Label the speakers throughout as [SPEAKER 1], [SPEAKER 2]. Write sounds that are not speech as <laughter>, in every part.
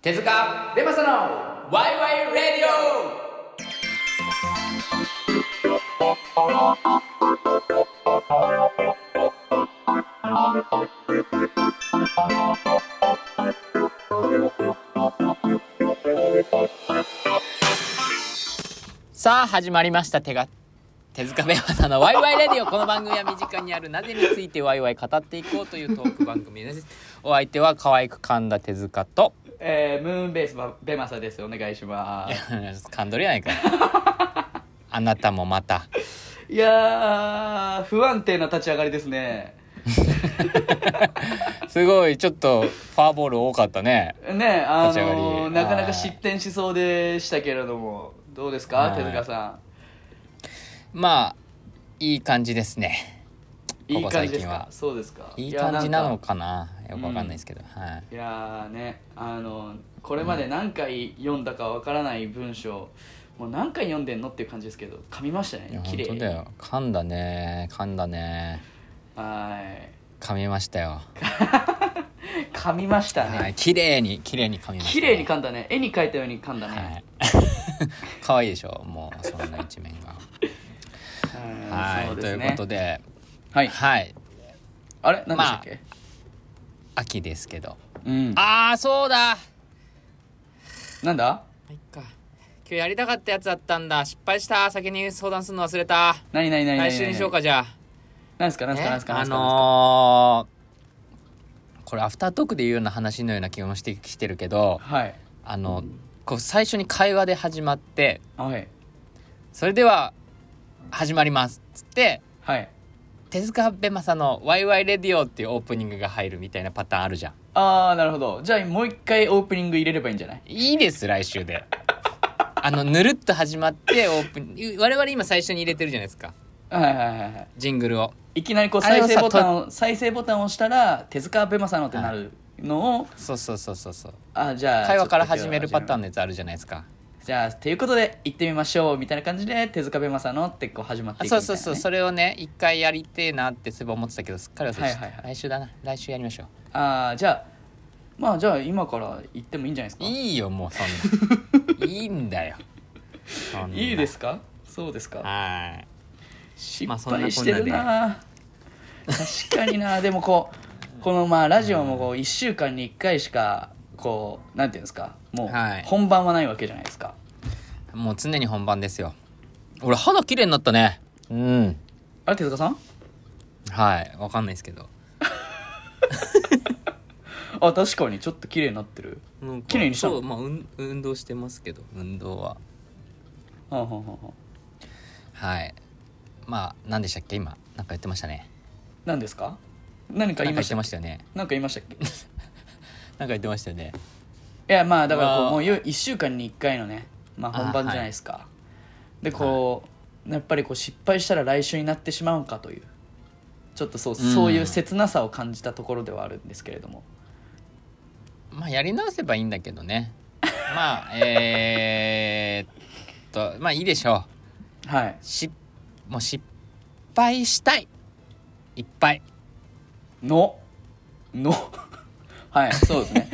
[SPEAKER 1] 手塚レマサのワイワイレディオさあ始まりました手が手塚レマサのワイワイレディオこの番組は身近にあるなぜについてワイワイ語っていこうというトーク番組ですお相手は可愛く噛んだ手塚と
[SPEAKER 2] えー、ムーンベースはベマサですお願いしま
[SPEAKER 1] いや噛んどるやないかいあなたもまた
[SPEAKER 2] すいやー不安定な立ち上がりですね
[SPEAKER 1] すごいちょっとフォアボール多かったね
[SPEAKER 2] ねあ
[SPEAKER 1] 立ち上が
[SPEAKER 2] の
[SPEAKER 1] り
[SPEAKER 2] なかな
[SPEAKER 1] はい
[SPEAKER 2] か失点しそうでしたけれどもどうですか
[SPEAKER 1] はい
[SPEAKER 2] 手塚さ
[SPEAKER 1] まあいい感じですね
[SPEAKER 2] んい
[SPEAKER 1] こ
[SPEAKER 2] い感じ
[SPEAKER 1] こ最
[SPEAKER 2] です
[SPEAKER 1] 近
[SPEAKER 2] か
[SPEAKER 1] は
[SPEAKER 2] そうですか
[SPEAKER 1] いい
[SPEAKER 2] や
[SPEAKER 1] 感じなの
[SPEAKER 2] ん
[SPEAKER 1] かなよくわかんないですけど、はい
[SPEAKER 2] いやーねあのこれまで何回読んだかわからない文章、もう何回読んでんのっていう感じですけど噛みました
[SPEAKER 1] いや
[SPEAKER 2] ね綺
[SPEAKER 1] 本当だ
[SPEAKER 2] 麗
[SPEAKER 1] よ噛んだね噛んだね
[SPEAKER 2] はい
[SPEAKER 1] 噛みましたよ、
[SPEAKER 2] 噛みましたね、
[SPEAKER 1] はい綺麗に綺麗に噛みました、ね、
[SPEAKER 2] 綺麗に噛んだね絵に描いたように噛んだね、
[SPEAKER 1] はい <laughs> 可愛いでしょもうそんな一面が
[SPEAKER 2] <laughs> うん
[SPEAKER 1] はい
[SPEAKER 2] そう
[SPEAKER 1] と
[SPEAKER 2] で
[SPEAKER 1] い
[SPEAKER 2] す
[SPEAKER 1] う
[SPEAKER 2] ね
[SPEAKER 1] ことで
[SPEAKER 2] はい
[SPEAKER 1] はい
[SPEAKER 2] あれ何でしたっけ、
[SPEAKER 1] 秋ですけど
[SPEAKER 2] うん
[SPEAKER 1] ああそうだ
[SPEAKER 2] なんだ
[SPEAKER 1] いっか今日やりたかったやつあったんだ失敗した先に相談するの忘れた
[SPEAKER 2] 何何何何
[SPEAKER 1] 来週にしようかじゃあ
[SPEAKER 2] 何ですか何ですか何ですか
[SPEAKER 1] ね
[SPEAKER 2] 何
[SPEAKER 1] あ
[SPEAKER 2] ですか
[SPEAKER 1] のーこれアフタートークで言うような話のような気もしてきてるけど
[SPEAKER 2] はい
[SPEAKER 1] あのこう最初に会話で始まって
[SPEAKER 2] はい
[SPEAKER 1] それでは始まりますっつって
[SPEAKER 2] はい
[SPEAKER 1] 手塚ベマさんの「ワイワイレディオ」っていうオープニングが入るみたいなパターンあるじゃん
[SPEAKER 2] ああなるほどじゃあもう一回オープニング入れればいいんじゃない
[SPEAKER 1] いいです来週であのぬるっと始まってオープン我々今最初に入れてるじゃないですか
[SPEAKER 2] はいはいはいはい
[SPEAKER 1] ジングルを
[SPEAKER 2] いきなりこう
[SPEAKER 1] あれ
[SPEAKER 2] 再
[SPEAKER 1] を
[SPEAKER 2] 生
[SPEAKER 1] さ
[SPEAKER 2] ボタンを再生ボタンを押したら手塚ベマさんのってなるのを
[SPEAKER 1] そうそうそうそうそう
[SPEAKER 2] あじゃあ
[SPEAKER 1] 会話から始めるパターン
[SPEAKER 2] ン
[SPEAKER 1] のやつあるじゃないですか。
[SPEAKER 2] じゃあということで行ってみましょうみたいな感じで手塚ベマさんのってこう始まって
[SPEAKER 1] あ
[SPEAKER 2] いくみ
[SPEAKER 1] そ
[SPEAKER 2] た
[SPEAKER 1] う
[SPEAKER 2] いな、ね、
[SPEAKER 1] そうそう、それをね、一回やりてえなってそういえば思ってたけど、すっかり忘れてた、
[SPEAKER 2] はいはいは
[SPEAKER 1] 来週だな、来週やりましょ
[SPEAKER 2] ああじゃあまあじゃあ今から行ってもいいんじゃないです
[SPEAKER 1] う。
[SPEAKER 2] か
[SPEAKER 1] いいよ、もうそん
[SPEAKER 2] <laughs>
[SPEAKER 1] な。いいんだよ。そんない
[SPEAKER 2] いですかそうですか
[SPEAKER 1] は
[SPEAKER 2] 失
[SPEAKER 1] まあそんなこんなで
[SPEAKER 2] 敗してるな,、確かになでもこうこのまあラジオもこう1週間に1回しかこうなんていうんですかも
[SPEAKER 1] はいう
[SPEAKER 2] 本番はないわけじゃないですか、
[SPEAKER 1] い。もう常に本番ですよ。俺、肌綺麗になったね。うん。
[SPEAKER 2] あれ手塚さん
[SPEAKER 1] はい、わかんないですけど。
[SPEAKER 2] あ確かにちょっと綺麗になってる
[SPEAKER 1] なんか
[SPEAKER 2] 綺麗にしたの
[SPEAKER 1] そう、まあ、うん、運動してますけど、運動は。
[SPEAKER 2] はんはんはんはん
[SPEAKER 1] はい。まあ、なんでしたっけ、今、なんか言ってましたね。
[SPEAKER 2] 何ですか何か
[SPEAKER 1] なんか言
[SPEAKER 2] 言いま
[SPEAKER 1] っ
[SPEAKER 2] してた
[SPEAKER 1] ましたよね。
[SPEAKER 2] なんか言いましたっけい
[SPEAKER 1] なんか言ってましたよね。
[SPEAKER 2] やまあだからこ
[SPEAKER 1] まあ
[SPEAKER 2] うもう1週間に1回のね、まあ、
[SPEAKER 1] あ
[SPEAKER 2] 本番じゃないですか、でこう、やっぱりこう失敗したら来週になってしまうんかというちょっとそう,、そういう切なさを感じたところではあるんですけれども
[SPEAKER 1] まあやり直せばいいんだけどね <laughs> まあえー、っとまあいいでしょ
[SPEAKER 2] はい。
[SPEAKER 1] うしもう失敗したいいっぱい
[SPEAKER 2] の。の。 <laughs> はい、そうで
[SPEAKER 1] <laughs>
[SPEAKER 2] すね。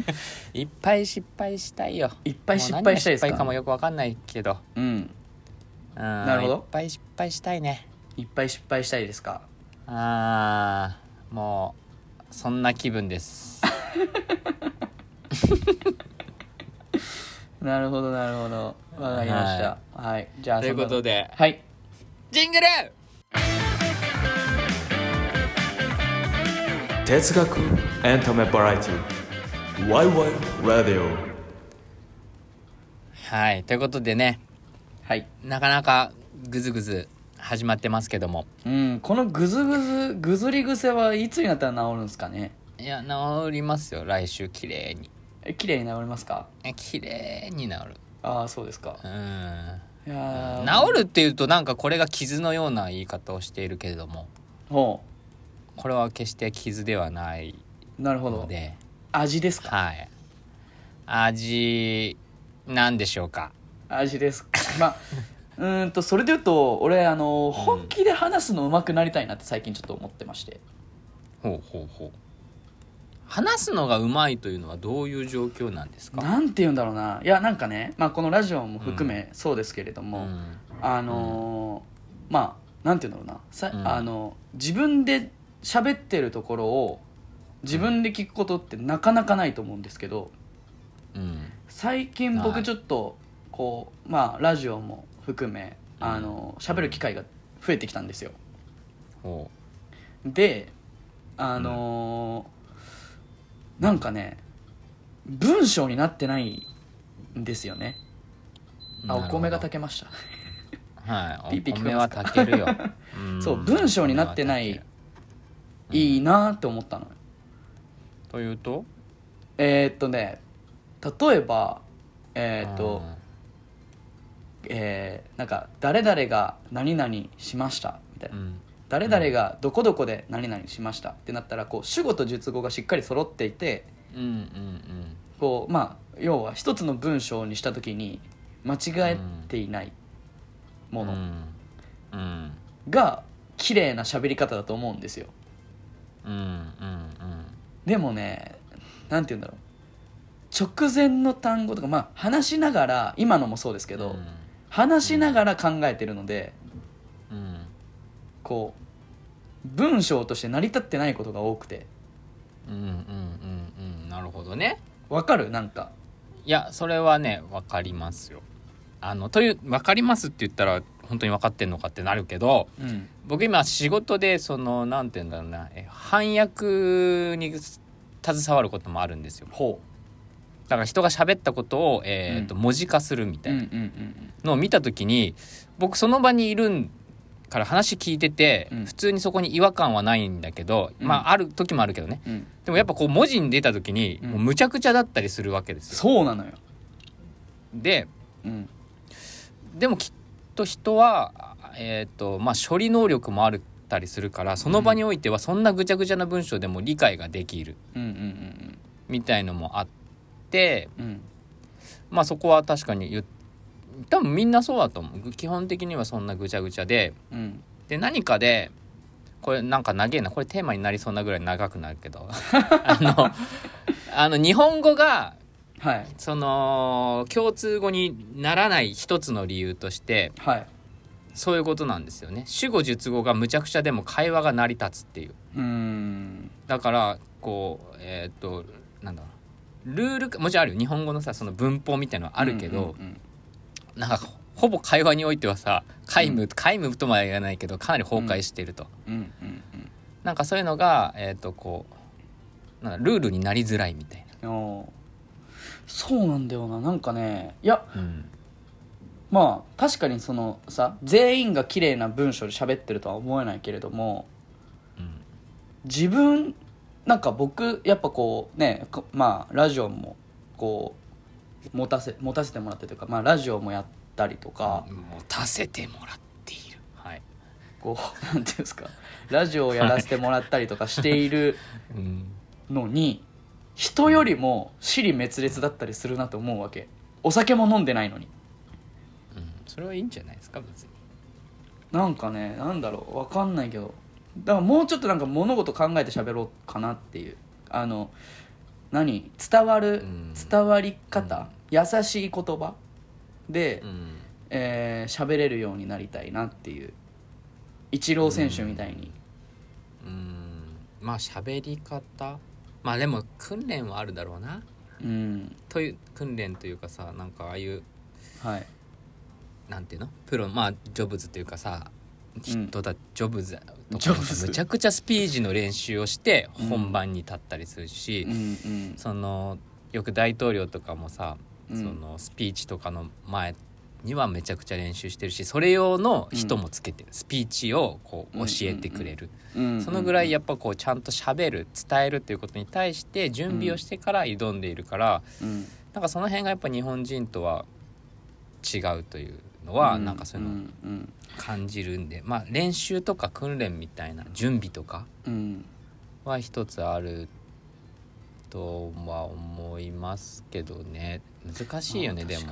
[SPEAKER 1] いっぱい失敗したいよ
[SPEAKER 2] いっぱい失敗したいです
[SPEAKER 1] もう何が失敗かも
[SPEAKER 2] か。
[SPEAKER 1] よくわかんないけど
[SPEAKER 2] うん。
[SPEAKER 1] な
[SPEAKER 2] なるほど
[SPEAKER 1] いっぱい失敗したいね
[SPEAKER 2] いっぱい失敗したいですか。
[SPEAKER 1] あーもうそんな気分です
[SPEAKER 2] <laughs> なるほど、なるほど。わかりました。はい、じゃあ。
[SPEAKER 1] ということで
[SPEAKER 2] そんなはい。
[SPEAKER 1] ジングル
[SPEAKER 3] 哲学エンタメバラエティ YY ラディオ
[SPEAKER 1] はいということでね
[SPEAKER 2] はい。
[SPEAKER 1] なかなかグズグズ始まってますけども
[SPEAKER 2] うん、このぐずぐず、ぐずり癖はいつになったら治るんですかね。
[SPEAKER 1] いや治りますよ来週綺麗に
[SPEAKER 2] え、綺麗に治りますか。
[SPEAKER 1] え綺麗に治る
[SPEAKER 2] ああ、そうですか。
[SPEAKER 1] うん
[SPEAKER 2] いやー。
[SPEAKER 1] 治るっていうとなんかこれが傷のような言い方をしているけれども
[SPEAKER 2] ほ。
[SPEAKER 1] これは決して傷ではないう
[SPEAKER 2] なるほ
[SPEAKER 1] の
[SPEAKER 2] ど。
[SPEAKER 1] で
[SPEAKER 2] 味ですか。
[SPEAKER 1] はい味なんでしょうか
[SPEAKER 2] 味ですか。まあ。うーんとそれで言うと俺あの本気で話すの上手くなりたいなって最近ちょっと思ってまして、
[SPEAKER 1] ほうほうほう話すのがうまいというのはどういう状況なんですか
[SPEAKER 2] なんて言うんだろうないやなんかね、まあ、このラジオも含めそうですけれど
[SPEAKER 1] う
[SPEAKER 2] も、
[SPEAKER 1] ん
[SPEAKER 2] あのーまあなんて言うんだろうなさ、
[SPEAKER 1] うん
[SPEAKER 2] あの自分で喋ってるところを自分で聞くことってなかなかないと思うんですけど
[SPEAKER 1] うん
[SPEAKER 2] 最近
[SPEAKER 1] は
[SPEAKER 2] 僕
[SPEAKER 1] い
[SPEAKER 2] ちょっとこう、まあラジオも含めあの喋る機会が増えてきたんですよ。
[SPEAKER 1] ほ
[SPEAKER 2] であのーなんかね文章になってないんですよね。
[SPEAKER 1] う
[SPEAKER 2] あお米
[SPEAKER 1] な
[SPEAKER 2] が
[SPEAKER 1] る
[SPEAKER 2] 炊けました。
[SPEAKER 1] ほどは
[SPEAKER 2] ピ
[SPEAKER 1] い
[SPEAKER 2] ーピー
[SPEAKER 1] お
[SPEAKER 2] 聞こえ
[SPEAKER 1] 米
[SPEAKER 2] ま
[SPEAKER 1] は
[SPEAKER 2] すか
[SPEAKER 1] 炊け
[SPEAKER 2] <laughs>
[SPEAKER 1] るよん
[SPEAKER 2] そう文章になってない
[SPEAKER 1] お米は炊ける
[SPEAKER 2] いいなーって思ったのよ。
[SPEAKER 1] うんというと
[SPEAKER 2] えー、っとね例えばえー、っと、
[SPEAKER 1] うん
[SPEAKER 2] えーなんか「誰々が何々しました」みたいな「
[SPEAKER 1] うん
[SPEAKER 2] 誰々がどこどこで何々しました」ってなったらこう主語と述語がしっかり揃っていて
[SPEAKER 1] うんうん
[SPEAKER 2] こうまあ要は一つの文章にした時に間違えていない
[SPEAKER 1] うん
[SPEAKER 2] も
[SPEAKER 1] う
[SPEAKER 2] の
[SPEAKER 1] んうん
[SPEAKER 2] が綺麗な喋り方だと思うんですよ。
[SPEAKER 1] うんうんうん
[SPEAKER 2] でもねなんて言うんだろう直前の単語とかまあ話しながら今のもそうですけど、話しながら考えてるので
[SPEAKER 1] うん
[SPEAKER 2] こう文章として成り立ってないことが多くて
[SPEAKER 1] うんうんうんうんなるほどね
[SPEAKER 2] わかるなんか
[SPEAKER 1] いやそれはね分かりますよあのという分かりますって言ったら本当に分かってんのかってなるけど
[SPEAKER 2] うん
[SPEAKER 1] 僕今仕事でそのなんて言うんだろうなえ翻訳に携わることもあるんですよ
[SPEAKER 2] ほ
[SPEAKER 1] だから人が喋ったことを、えーと
[SPEAKER 2] う
[SPEAKER 1] 文字化するみ
[SPEAKER 2] う
[SPEAKER 1] た
[SPEAKER 2] う
[SPEAKER 1] い
[SPEAKER 2] んう
[SPEAKER 1] なん
[SPEAKER 2] うん
[SPEAKER 1] のを見た時に僕その場にいるんから話聞いてて、
[SPEAKER 2] うん
[SPEAKER 1] 普通にそこに違和感はないんだけど、
[SPEAKER 2] うん
[SPEAKER 1] まあある時もあるけどね
[SPEAKER 2] うんうん
[SPEAKER 1] でもやっぱこう文字に出た時に、
[SPEAKER 2] うん
[SPEAKER 1] もうむちゃくちゃだったりするわけですよ。
[SPEAKER 2] そうなのよ
[SPEAKER 1] で
[SPEAKER 2] うん
[SPEAKER 1] でもきっと人は、あえーとまあ、処理能力もあるたりするからその場においてはそんなぐちゃぐちゃな文章でも理解ができる
[SPEAKER 2] うんうん
[SPEAKER 1] みたいのもあって、
[SPEAKER 2] うんうん
[SPEAKER 1] まあ、そこは確かに言っ多分みんなそうだと思うぐ基本的にはそんなぐちゃぐちゃで
[SPEAKER 2] うん
[SPEAKER 1] で何かでこれなんか長えなこれテーマになりそうなぐらい長くなるけ
[SPEAKER 2] <laughs>
[SPEAKER 1] どあのあの日本語が
[SPEAKER 2] はい
[SPEAKER 1] その共通語にならない一つの理由として
[SPEAKER 2] はい
[SPEAKER 1] そういうことなんですよね主語述語がむちゃくちゃでも会話が成り立つっていう
[SPEAKER 2] うーん
[SPEAKER 1] だからこうえーっとなんだろうルールかもちろんあるよ日本語のさその文法みたいのはあるけど、
[SPEAKER 2] うんうん
[SPEAKER 1] なんかほほぼ会話においてはさ皆無、皆無ともは言わないけどかなり崩壊していると、
[SPEAKER 2] うんうんうん
[SPEAKER 1] なんかそういうのがえーっとこうなんかルールになりづらいみたい
[SPEAKER 2] うんおーそうなんだよななんかねいや
[SPEAKER 1] な、うん
[SPEAKER 2] まあ確かにそのさ全員が綺麗な文章で喋ってるとは思えないけれども
[SPEAKER 1] うん
[SPEAKER 2] 自分なんか僕やっぱこうねこまあラジオもこう持たせ持たせてもらってというか、まあ、ラジオもやったりとか、
[SPEAKER 1] 持たせてもらっているはい、
[SPEAKER 2] こう <laughs> なんていうんですかラジオをやらせてもらったりとかしている
[SPEAKER 1] うん、
[SPEAKER 2] のに人よりも尻滅裂だったりするなと思うわけお酒も飲んでないのに
[SPEAKER 1] うん、それはいいんじゃないですか別に
[SPEAKER 2] なんかねなんだろうわかんないけどだからもうちょっとなんか物事考えて喋ろうかなっていうあの何伝わる
[SPEAKER 1] うん
[SPEAKER 2] 伝わり方、優しい言葉で、
[SPEAKER 1] うん
[SPEAKER 2] えー喋れるようになりたいなっていうイチロー選手みたいに、
[SPEAKER 1] うんまあ喋り方まあでも訓練はあるだろうな
[SPEAKER 2] うん、
[SPEAKER 1] という訓練というかさなんかああいう
[SPEAKER 2] はい
[SPEAKER 1] なんていうのプロまあジョブズっていうかさ
[SPEAKER 2] ん
[SPEAKER 1] 人だ、ジョブズと
[SPEAKER 2] ジ
[SPEAKER 1] か
[SPEAKER 2] ョブズ
[SPEAKER 1] むちゃくちゃスピーチの練習をして
[SPEAKER 2] うん
[SPEAKER 1] 本番に立ったりするし、
[SPEAKER 2] うんうん
[SPEAKER 1] そのよく大統領とかもさ、
[SPEAKER 2] うん
[SPEAKER 1] そのスピーチとかの前にはめちゃくちゃ練習してるしそれ用の人もつけてる、スピーチをこう教えてくれる、
[SPEAKER 2] うん
[SPEAKER 1] そのぐらいやっぱこうちゃんと喋る伝えるっていうことに対して準備をしてから挑んでいるから、
[SPEAKER 2] うん
[SPEAKER 1] なんかその辺がやっぱ日本人とは違うというのは、なんかそういう
[SPEAKER 2] う
[SPEAKER 1] の
[SPEAKER 2] んうん
[SPEAKER 1] 感じるんで、まあ練習とか訓練みたいな準備とか
[SPEAKER 2] うん
[SPEAKER 1] は一つあるとは思いますけどね難しいよねでも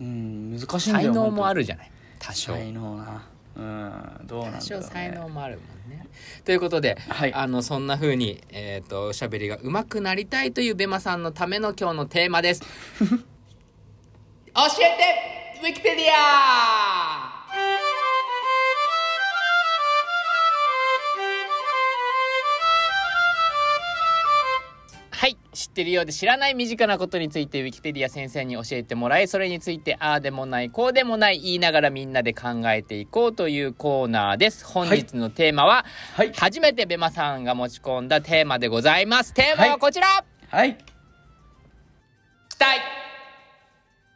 [SPEAKER 2] うん難しいんだ
[SPEAKER 1] 才
[SPEAKER 2] よ
[SPEAKER 1] 能もあ
[SPEAKER 2] る
[SPEAKER 1] るじゃない多少、
[SPEAKER 2] 才能なうんどうなん
[SPEAKER 1] 多
[SPEAKER 2] だろ
[SPEAKER 1] 少才
[SPEAKER 2] う、
[SPEAKER 1] 能
[SPEAKER 2] ね、
[SPEAKER 1] もあるもんね。ということで、
[SPEAKER 2] はい
[SPEAKER 1] あのそんな風にえっ、ー、と喋りが上手くなりたいというベマさんのための今日のテーマ
[SPEAKER 2] <laughs>
[SPEAKER 1] です。教えてウィキペディア。はい知ってるようで知らない身近なことについてウィキペディア先生に教えてもらいそれについてああでもないこうでもない言いながらみんなで考えていこうというコーナーです本日のテーマは、
[SPEAKER 2] はい
[SPEAKER 1] 初めてベマさんが持ち込んだテーマでございますテーマはこちら、
[SPEAKER 2] はい
[SPEAKER 1] 期待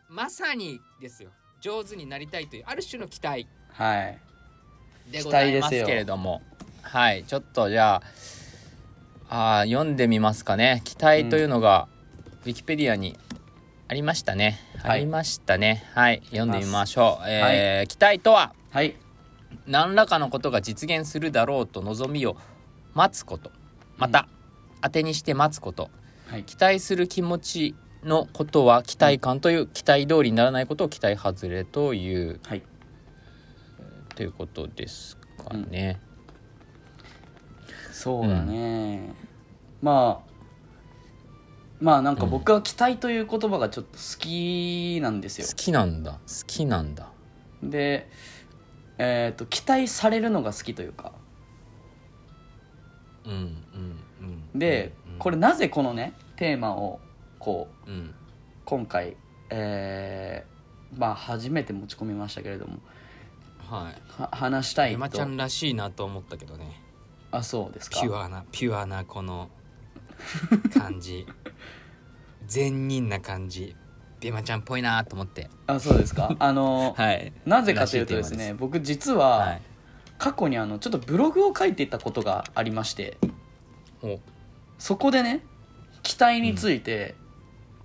[SPEAKER 1] まさにですよ上手になりたいというある種の期待
[SPEAKER 2] はい
[SPEAKER 1] でございますけれどもはいちょっとじゃああー読んでみますかね期待というのが、ウィキペディアにありましたね、
[SPEAKER 2] はい
[SPEAKER 1] ありましたねはい読んでみましょう、えー
[SPEAKER 2] は
[SPEAKER 1] 期待とは
[SPEAKER 2] はい
[SPEAKER 1] 何らかのことが実現するだろうと望みを待つことまた、当てにして待つこと
[SPEAKER 2] はい
[SPEAKER 1] 期待する気持ちのことは期待感という期待通りにならないことを期待外れという
[SPEAKER 2] はい
[SPEAKER 1] ということですかね、
[SPEAKER 2] そうだね、まあまあなんか僕は期待という言葉がちょっと好きなんですよ
[SPEAKER 1] 好、きなんだ好きなんだ
[SPEAKER 2] でえっ、と期待されるのが好きというか
[SPEAKER 1] うんうんうん
[SPEAKER 2] で、これなぜこのねテーマをこう
[SPEAKER 1] うん
[SPEAKER 2] 今回えーまあ初めて持ち込みましたけれども
[SPEAKER 1] は
[SPEAKER 2] は話した
[SPEAKER 1] い
[SPEAKER 2] い
[SPEAKER 1] 山ちゃ
[SPEAKER 2] と
[SPEAKER 1] んらしいなと思ったけどね
[SPEAKER 2] あそうですか
[SPEAKER 1] ピュアなピュアなこ
[SPEAKER 2] <laughs>
[SPEAKER 1] の感じ善人な感じ山ちゃんっぽいなと思って
[SPEAKER 2] あそうで
[SPEAKER 1] <laughs>
[SPEAKER 2] すかあの、
[SPEAKER 1] はい
[SPEAKER 2] なぜかというとです
[SPEAKER 1] らしい
[SPEAKER 2] ね僕実
[SPEAKER 1] テー
[SPEAKER 2] は、
[SPEAKER 1] マです
[SPEAKER 2] 過去にあのちょっとブログを書いていたことがありまして
[SPEAKER 1] はい
[SPEAKER 2] そこでね期待について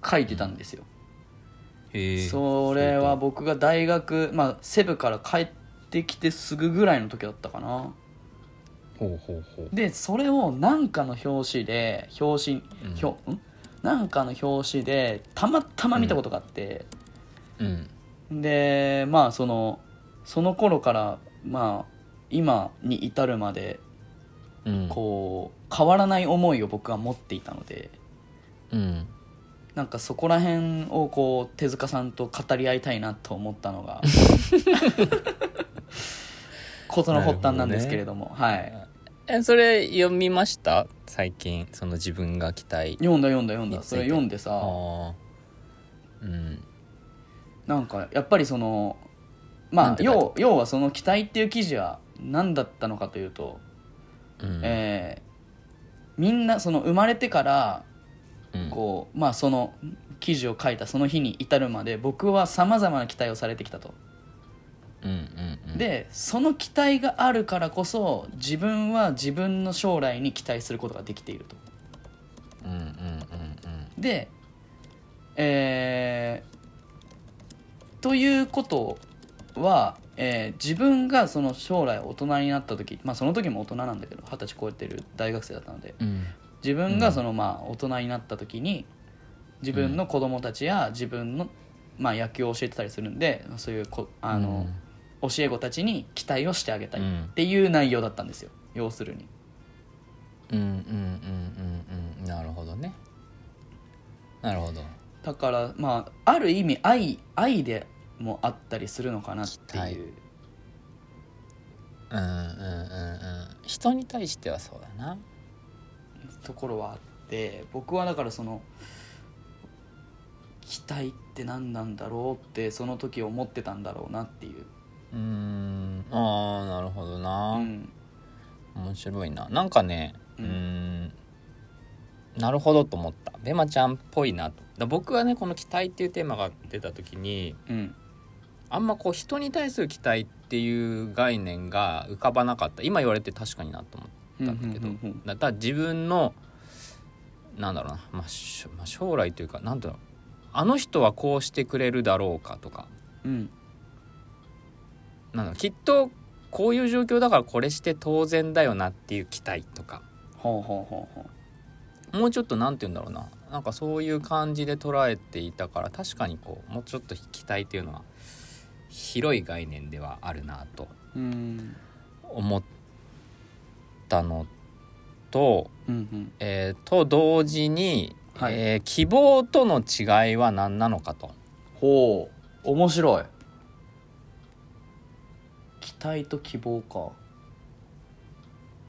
[SPEAKER 2] 書いてたんですよ、
[SPEAKER 1] おへえ
[SPEAKER 2] それは僕が大学まあセブから帰ってきてすぐぐらいの時だったかな
[SPEAKER 1] ほうほうほう
[SPEAKER 2] でそれをなんかの表紙で表紙、ひょんなんかの表紙でたまたま見たことがあって、
[SPEAKER 1] うん
[SPEAKER 2] でまあそのその頃からまあ今に至るまで
[SPEAKER 1] うん
[SPEAKER 2] こう変わらない思いを僕は持っていたので
[SPEAKER 1] うん
[SPEAKER 2] なんかそこら辺をこう手塚さんと語り合いたいなと思った
[SPEAKER 1] <laughs>
[SPEAKER 2] のが事の発端なんですけれどもはい
[SPEAKER 1] えそれ読みました最近その自分が期待
[SPEAKER 2] 読んだ読んだ読んだ
[SPEAKER 1] について
[SPEAKER 2] それ読んでさ
[SPEAKER 1] あーうん
[SPEAKER 2] なんかやっぱりそのま
[SPEAKER 1] なん
[SPEAKER 2] あ
[SPEAKER 1] て書いてあ
[SPEAKER 2] 要要はその期待っていう記事は何だったのかというと、
[SPEAKER 1] うん
[SPEAKER 2] えーみんなその生まれてから
[SPEAKER 1] うん
[SPEAKER 2] こうまあその記事を書いたその日に至るまで僕はさまざまな期待をされてきたと。
[SPEAKER 1] うんうんうん
[SPEAKER 2] でその期待があるからこそ自分は自分の将来に期待することができていると。
[SPEAKER 1] うんうんうん
[SPEAKER 2] でえーということは、えー自分がその将来大人になった時まあその時も大人なんだけど二十歳超えてる大学生だったので
[SPEAKER 1] うんうん
[SPEAKER 2] 自分がそのまあ大人になった時に自分の子供たちや自分のまあ野球を教えてたりするんでそういうこあの、教え子たちに期待をしてあげたいっていう内容だったんですよ、要するに
[SPEAKER 1] うんうんうんうんうんなるほどねなるほど
[SPEAKER 2] だからまあある意味愛愛でもあったりするのかなっ
[SPEAKER 1] 期
[SPEAKER 2] ていう
[SPEAKER 1] うんうんうんうん人に対してはそうだな
[SPEAKER 2] ところはあって僕はだからその期待って何なんだろうってその時思ってたんだろうなっていう、
[SPEAKER 1] うんああなるほどな、
[SPEAKER 2] うん、
[SPEAKER 1] 面白いななんかねう
[SPEAKER 2] う
[SPEAKER 1] ー
[SPEAKER 2] ん
[SPEAKER 1] んなるほどと思ったベマちゃんっぽいなとだ僕はねこの期待っていうテーマが出た時に
[SPEAKER 2] うん、
[SPEAKER 1] あんまこう人に対する期待っていう概念が浮かばなかった今言われて確かになと思ったんだけど
[SPEAKER 2] うんうんうんうん
[SPEAKER 1] だから自分のなんだろうな、まあ、しょまあ将来というかなんだろうあの人はこうしてくれるだろうかとか
[SPEAKER 2] うん
[SPEAKER 1] なんだろうきっとこういう状況だからこれして当然だよなっていう期待とか
[SPEAKER 2] ほうほうほうほ
[SPEAKER 1] もうちょっとなんて言うんだろうななんかそういう感じで捉えていたから確かにこうもうちょっと期待というのは広い概念ではあるなと
[SPEAKER 2] ううん
[SPEAKER 1] 思ったのと,、
[SPEAKER 2] うん
[SPEAKER 1] えーと同時に、
[SPEAKER 2] はい
[SPEAKER 1] えー希望との違いは何なのかと。
[SPEAKER 2] ほう面白い期待と希望か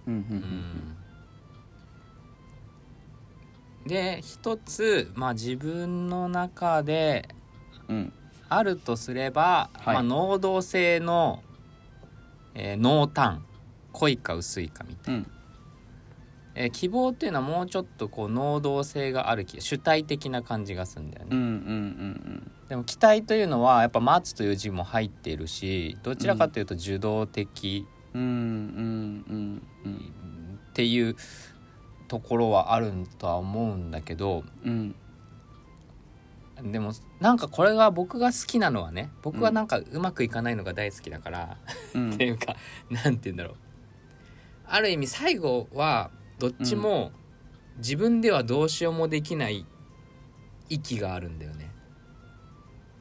[SPEAKER 2] うんうん
[SPEAKER 1] で一つ、まあ、自分の中で
[SPEAKER 2] うんうん
[SPEAKER 1] あるとすれば、
[SPEAKER 2] はい
[SPEAKER 1] まあ、能動性の、えー濃淡濃いか薄いかみたいな。
[SPEAKER 2] うん
[SPEAKER 1] えー希望っていうのはもうちょっとこう能動性がある気主体的な感じがするんだよ
[SPEAKER 2] う
[SPEAKER 1] ね、
[SPEAKER 2] んうん
[SPEAKER 1] でも期待というのはやっぱ「待つ」という字も入っているしどちらかというと受動的
[SPEAKER 2] うんうんうんうんうん
[SPEAKER 1] っていうところはあるとは思うんだけど
[SPEAKER 2] うん
[SPEAKER 1] でもなんかこれが僕が好きなのはね僕はなんかうまくいかないのが大好きだから、
[SPEAKER 2] うん
[SPEAKER 1] っていうかなんて言うんだろうある意味最後はどっちも自分ではどうしようもできない息があるんだよね。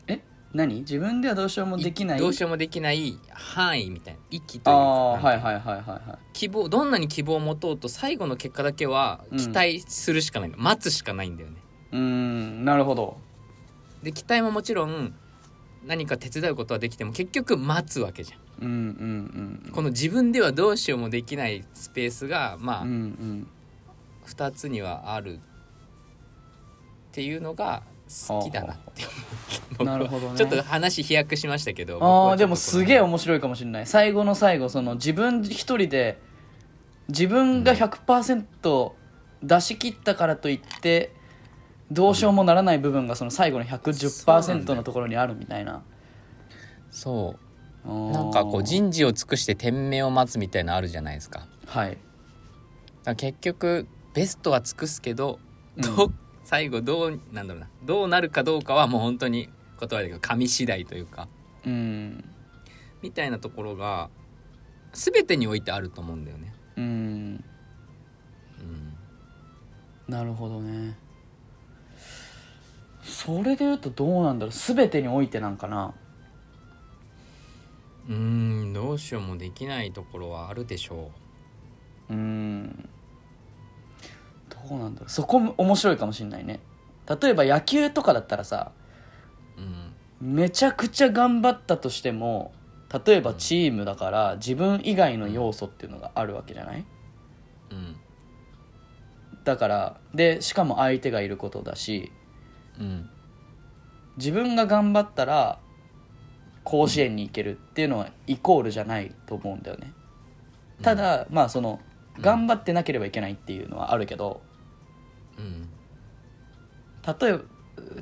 [SPEAKER 2] え何自分ではどうしようもできない
[SPEAKER 1] どうし
[SPEAKER 2] よ
[SPEAKER 1] ようもできない範囲みたいな域と
[SPEAKER 2] あ
[SPEAKER 1] いうか
[SPEAKER 2] あ
[SPEAKER 1] なんか
[SPEAKER 2] はいはいはいはいは
[SPEAKER 1] 希望どんなに希望を持とうと最後の結果だけは
[SPEAKER 2] うん
[SPEAKER 1] 期待するしかないの、待つしかないんだよね
[SPEAKER 2] いうーんなるほど
[SPEAKER 1] で期待ももちろん何か手伝うことはできても結局待つわけじゃん、
[SPEAKER 2] うんうんうん
[SPEAKER 1] この自分ではどうしようもできないスペースがまあ、
[SPEAKER 2] うんうん
[SPEAKER 1] 2つにはあるっていうのが好きだなって思う
[SPEAKER 2] なるほどね
[SPEAKER 1] ちょっと話飛躍しましたけど僕
[SPEAKER 2] あ
[SPEAKER 1] は
[SPEAKER 2] ー
[SPEAKER 1] ち
[SPEAKER 2] で
[SPEAKER 1] ょっとこの
[SPEAKER 2] もすげえ面白いかもしれない最後の最後その自分一人で自分が100%出し切ったからといってどうしようもならない部分がその最後の
[SPEAKER 1] そうなんだ
[SPEAKER 2] 110%
[SPEAKER 1] よ
[SPEAKER 2] のところにあるみたいな
[SPEAKER 1] そうな
[SPEAKER 2] なん
[SPEAKER 1] かこう人事を尽くして天命を待つみたいなのあるじゃないですかだか
[SPEAKER 2] はい
[SPEAKER 1] ら結局ベストは尽くすけどどう、最後どうなんだろうなどうなるかどうかはもう本当に言葉で言うか紙次第というか
[SPEAKER 2] うん
[SPEAKER 1] みたいなところが全てにおいてあると思うんだよね。
[SPEAKER 2] うん
[SPEAKER 1] うん、
[SPEAKER 2] なるほどねそれで言うとどうなんだろう全てにおいてなんかな
[SPEAKER 1] うーんどうしようもできないところはあるでしょ
[SPEAKER 2] うーんどうなんだろうそこも面白いかもしれないね例えば野球とかだったらさ
[SPEAKER 1] う。うん
[SPEAKER 2] めちゃくちゃ頑張ったとしても例えばチームだから自分以外の要素っていうのがあるわけじゃない
[SPEAKER 1] うん
[SPEAKER 2] だからでしかも相手がいることだし
[SPEAKER 1] うん
[SPEAKER 2] 自分が頑張ったら甲子園に行けるっていうのはイコールじゃないと思うんだよねただ、まあその頑張ってなければいけないっていうのはあるけど、
[SPEAKER 1] うん
[SPEAKER 2] 例えば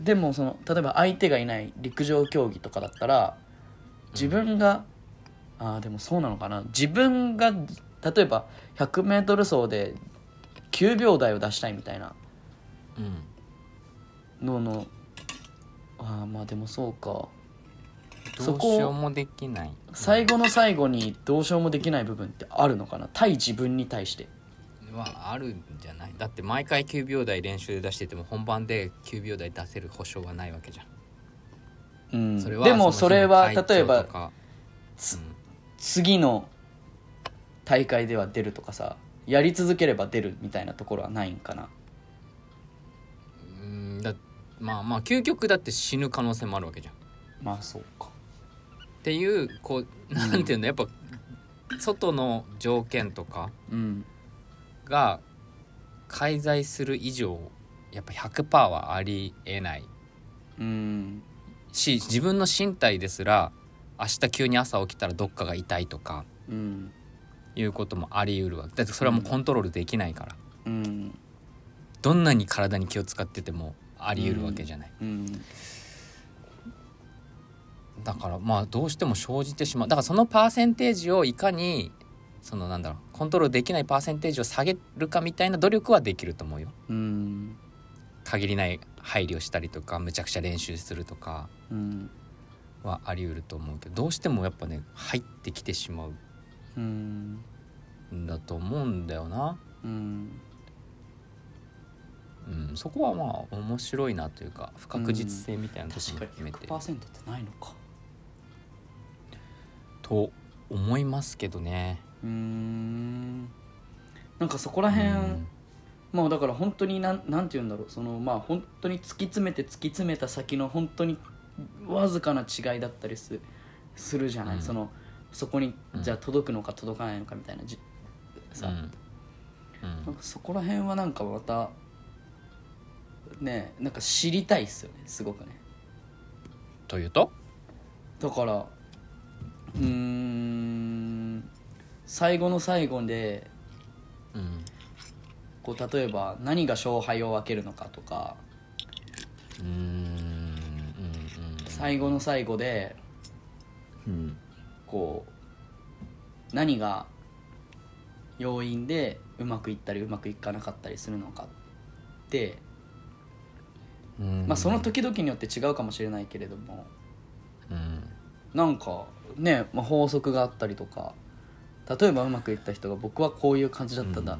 [SPEAKER 2] でもその例えば相手がいない陸上競技とかだったら自分が、ああでもそうなのかな自分が例えば 100m 走で9秒台を出したいみたいな
[SPEAKER 1] うん
[SPEAKER 2] ののああまあでもそうか
[SPEAKER 1] ど
[SPEAKER 2] そうこ
[SPEAKER 1] しようもできない。
[SPEAKER 2] 最後の最後にどうしようもできない部分ってあるのかな対自分に対して
[SPEAKER 1] はあるんじゃないだって毎回9秒台練習で出してても本番で9秒台出せる保証はないわけじゃん、
[SPEAKER 2] うん
[SPEAKER 1] それは
[SPEAKER 2] でもそれは
[SPEAKER 1] その日
[SPEAKER 2] 例え
[SPEAKER 1] の体調
[SPEAKER 2] ば
[SPEAKER 1] とか
[SPEAKER 2] 次の大会では出るとかさやり続ければ出るみたいなところはないんかな
[SPEAKER 1] うんだまあまあ究極だって死ぬ可能性もあるわけじゃんっ
[SPEAKER 2] まあそうか
[SPEAKER 1] ていうこうなんていうのやっぱ外の条件とか
[SPEAKER 2] うん
[SPEAKER 1] が介在する以上やっぱ100%はありえない
[SPEAKER 2] うん
[SPEAKER 1] し自分の身体ですら明日急に朝起きたらどっかが痛いとか
[SPEAKER 2] うん
[SPEAKER 1] いうこともあり得るわけだってそれはもうコントロールできないから。
[SPEAKER 2] うん
[SPEAKER 1] どんなに体に気を使っててもあり得るわけじゃない、
[SPEAKER 2] うん
[SPEAKER 1] だからまあどうしても生じてしまうだからそのパーセンテージをいかにそのなんだろうコントロールできないパーセンテージを下げるかみたいな努力はできると思うよ
[SPEAKER 2] うん
[SPEAKER 1] 限りない配慮したりとかむちゃくちゃ練習するとか
[SPEAKER 2] うん
[SPEAKER 1] はあり得ると思うけどどうしてもやっぱね入ってきてしまう
[SPEAKER 2] うん
[SPEAKER 1] んだと思うんだよな、
[SPEAKER 2] うん
[SPEAKER 1] うん、そこはまあ面白いなというか不確実性みたいなところ
[SPEAKER 2] 確か
[SPEAKER 1] も含
[SPEAKER 2] に
[SPEAKER 1] めて、
[SPEAKER 2] 100%ってないのか
[SPEAKER 1] と思いますけどね
[SPEAKER 2] うーんなんかそこら辺、
[SPEAKER 1] うん
[SPEAKER 2] まあだから本当になんなんて言うんだろうそのまあ本当に突き詰めて突き詰めた先の本当にわずかな違いだったりすするじゃない、
[SPEAKER 1] うん
[SPEAKER 2] そのそこに
[SPEAKER 1] うん
[SPEAKER 2] じゃあ届くのか届かないのかみたいなじさ、
[SPEAKER 1] うんうん
[SPEAKER 2] なんかそこら辺はなんかまたねなんか知りたいっすよねすごくね
[SPEAKER 1] というと
[SPEAKER 2] だからうーん最後の最後で
[SPEAKER 1] うん
[SPEAKER 2] こう例えば何が勝敗を分けるのかとか
[SPEAKER 1] うーん
[SPEAKER 2] 最後の最後で
[SPEAKER 1] うんうん
[SPEAKER 2] こう何が要因でうまくいったりうまくいかなかったりするのかって、
[SPEAKER 1] うん
[SPEAKER 2] まあ、その時々によって違うかもしれないけれども
[SPEAKER 1] うん
[SPEAKER 2] なんかね、まあ、法則があったりとか例えばうまくいった人が僕はこういう感じだっただ,、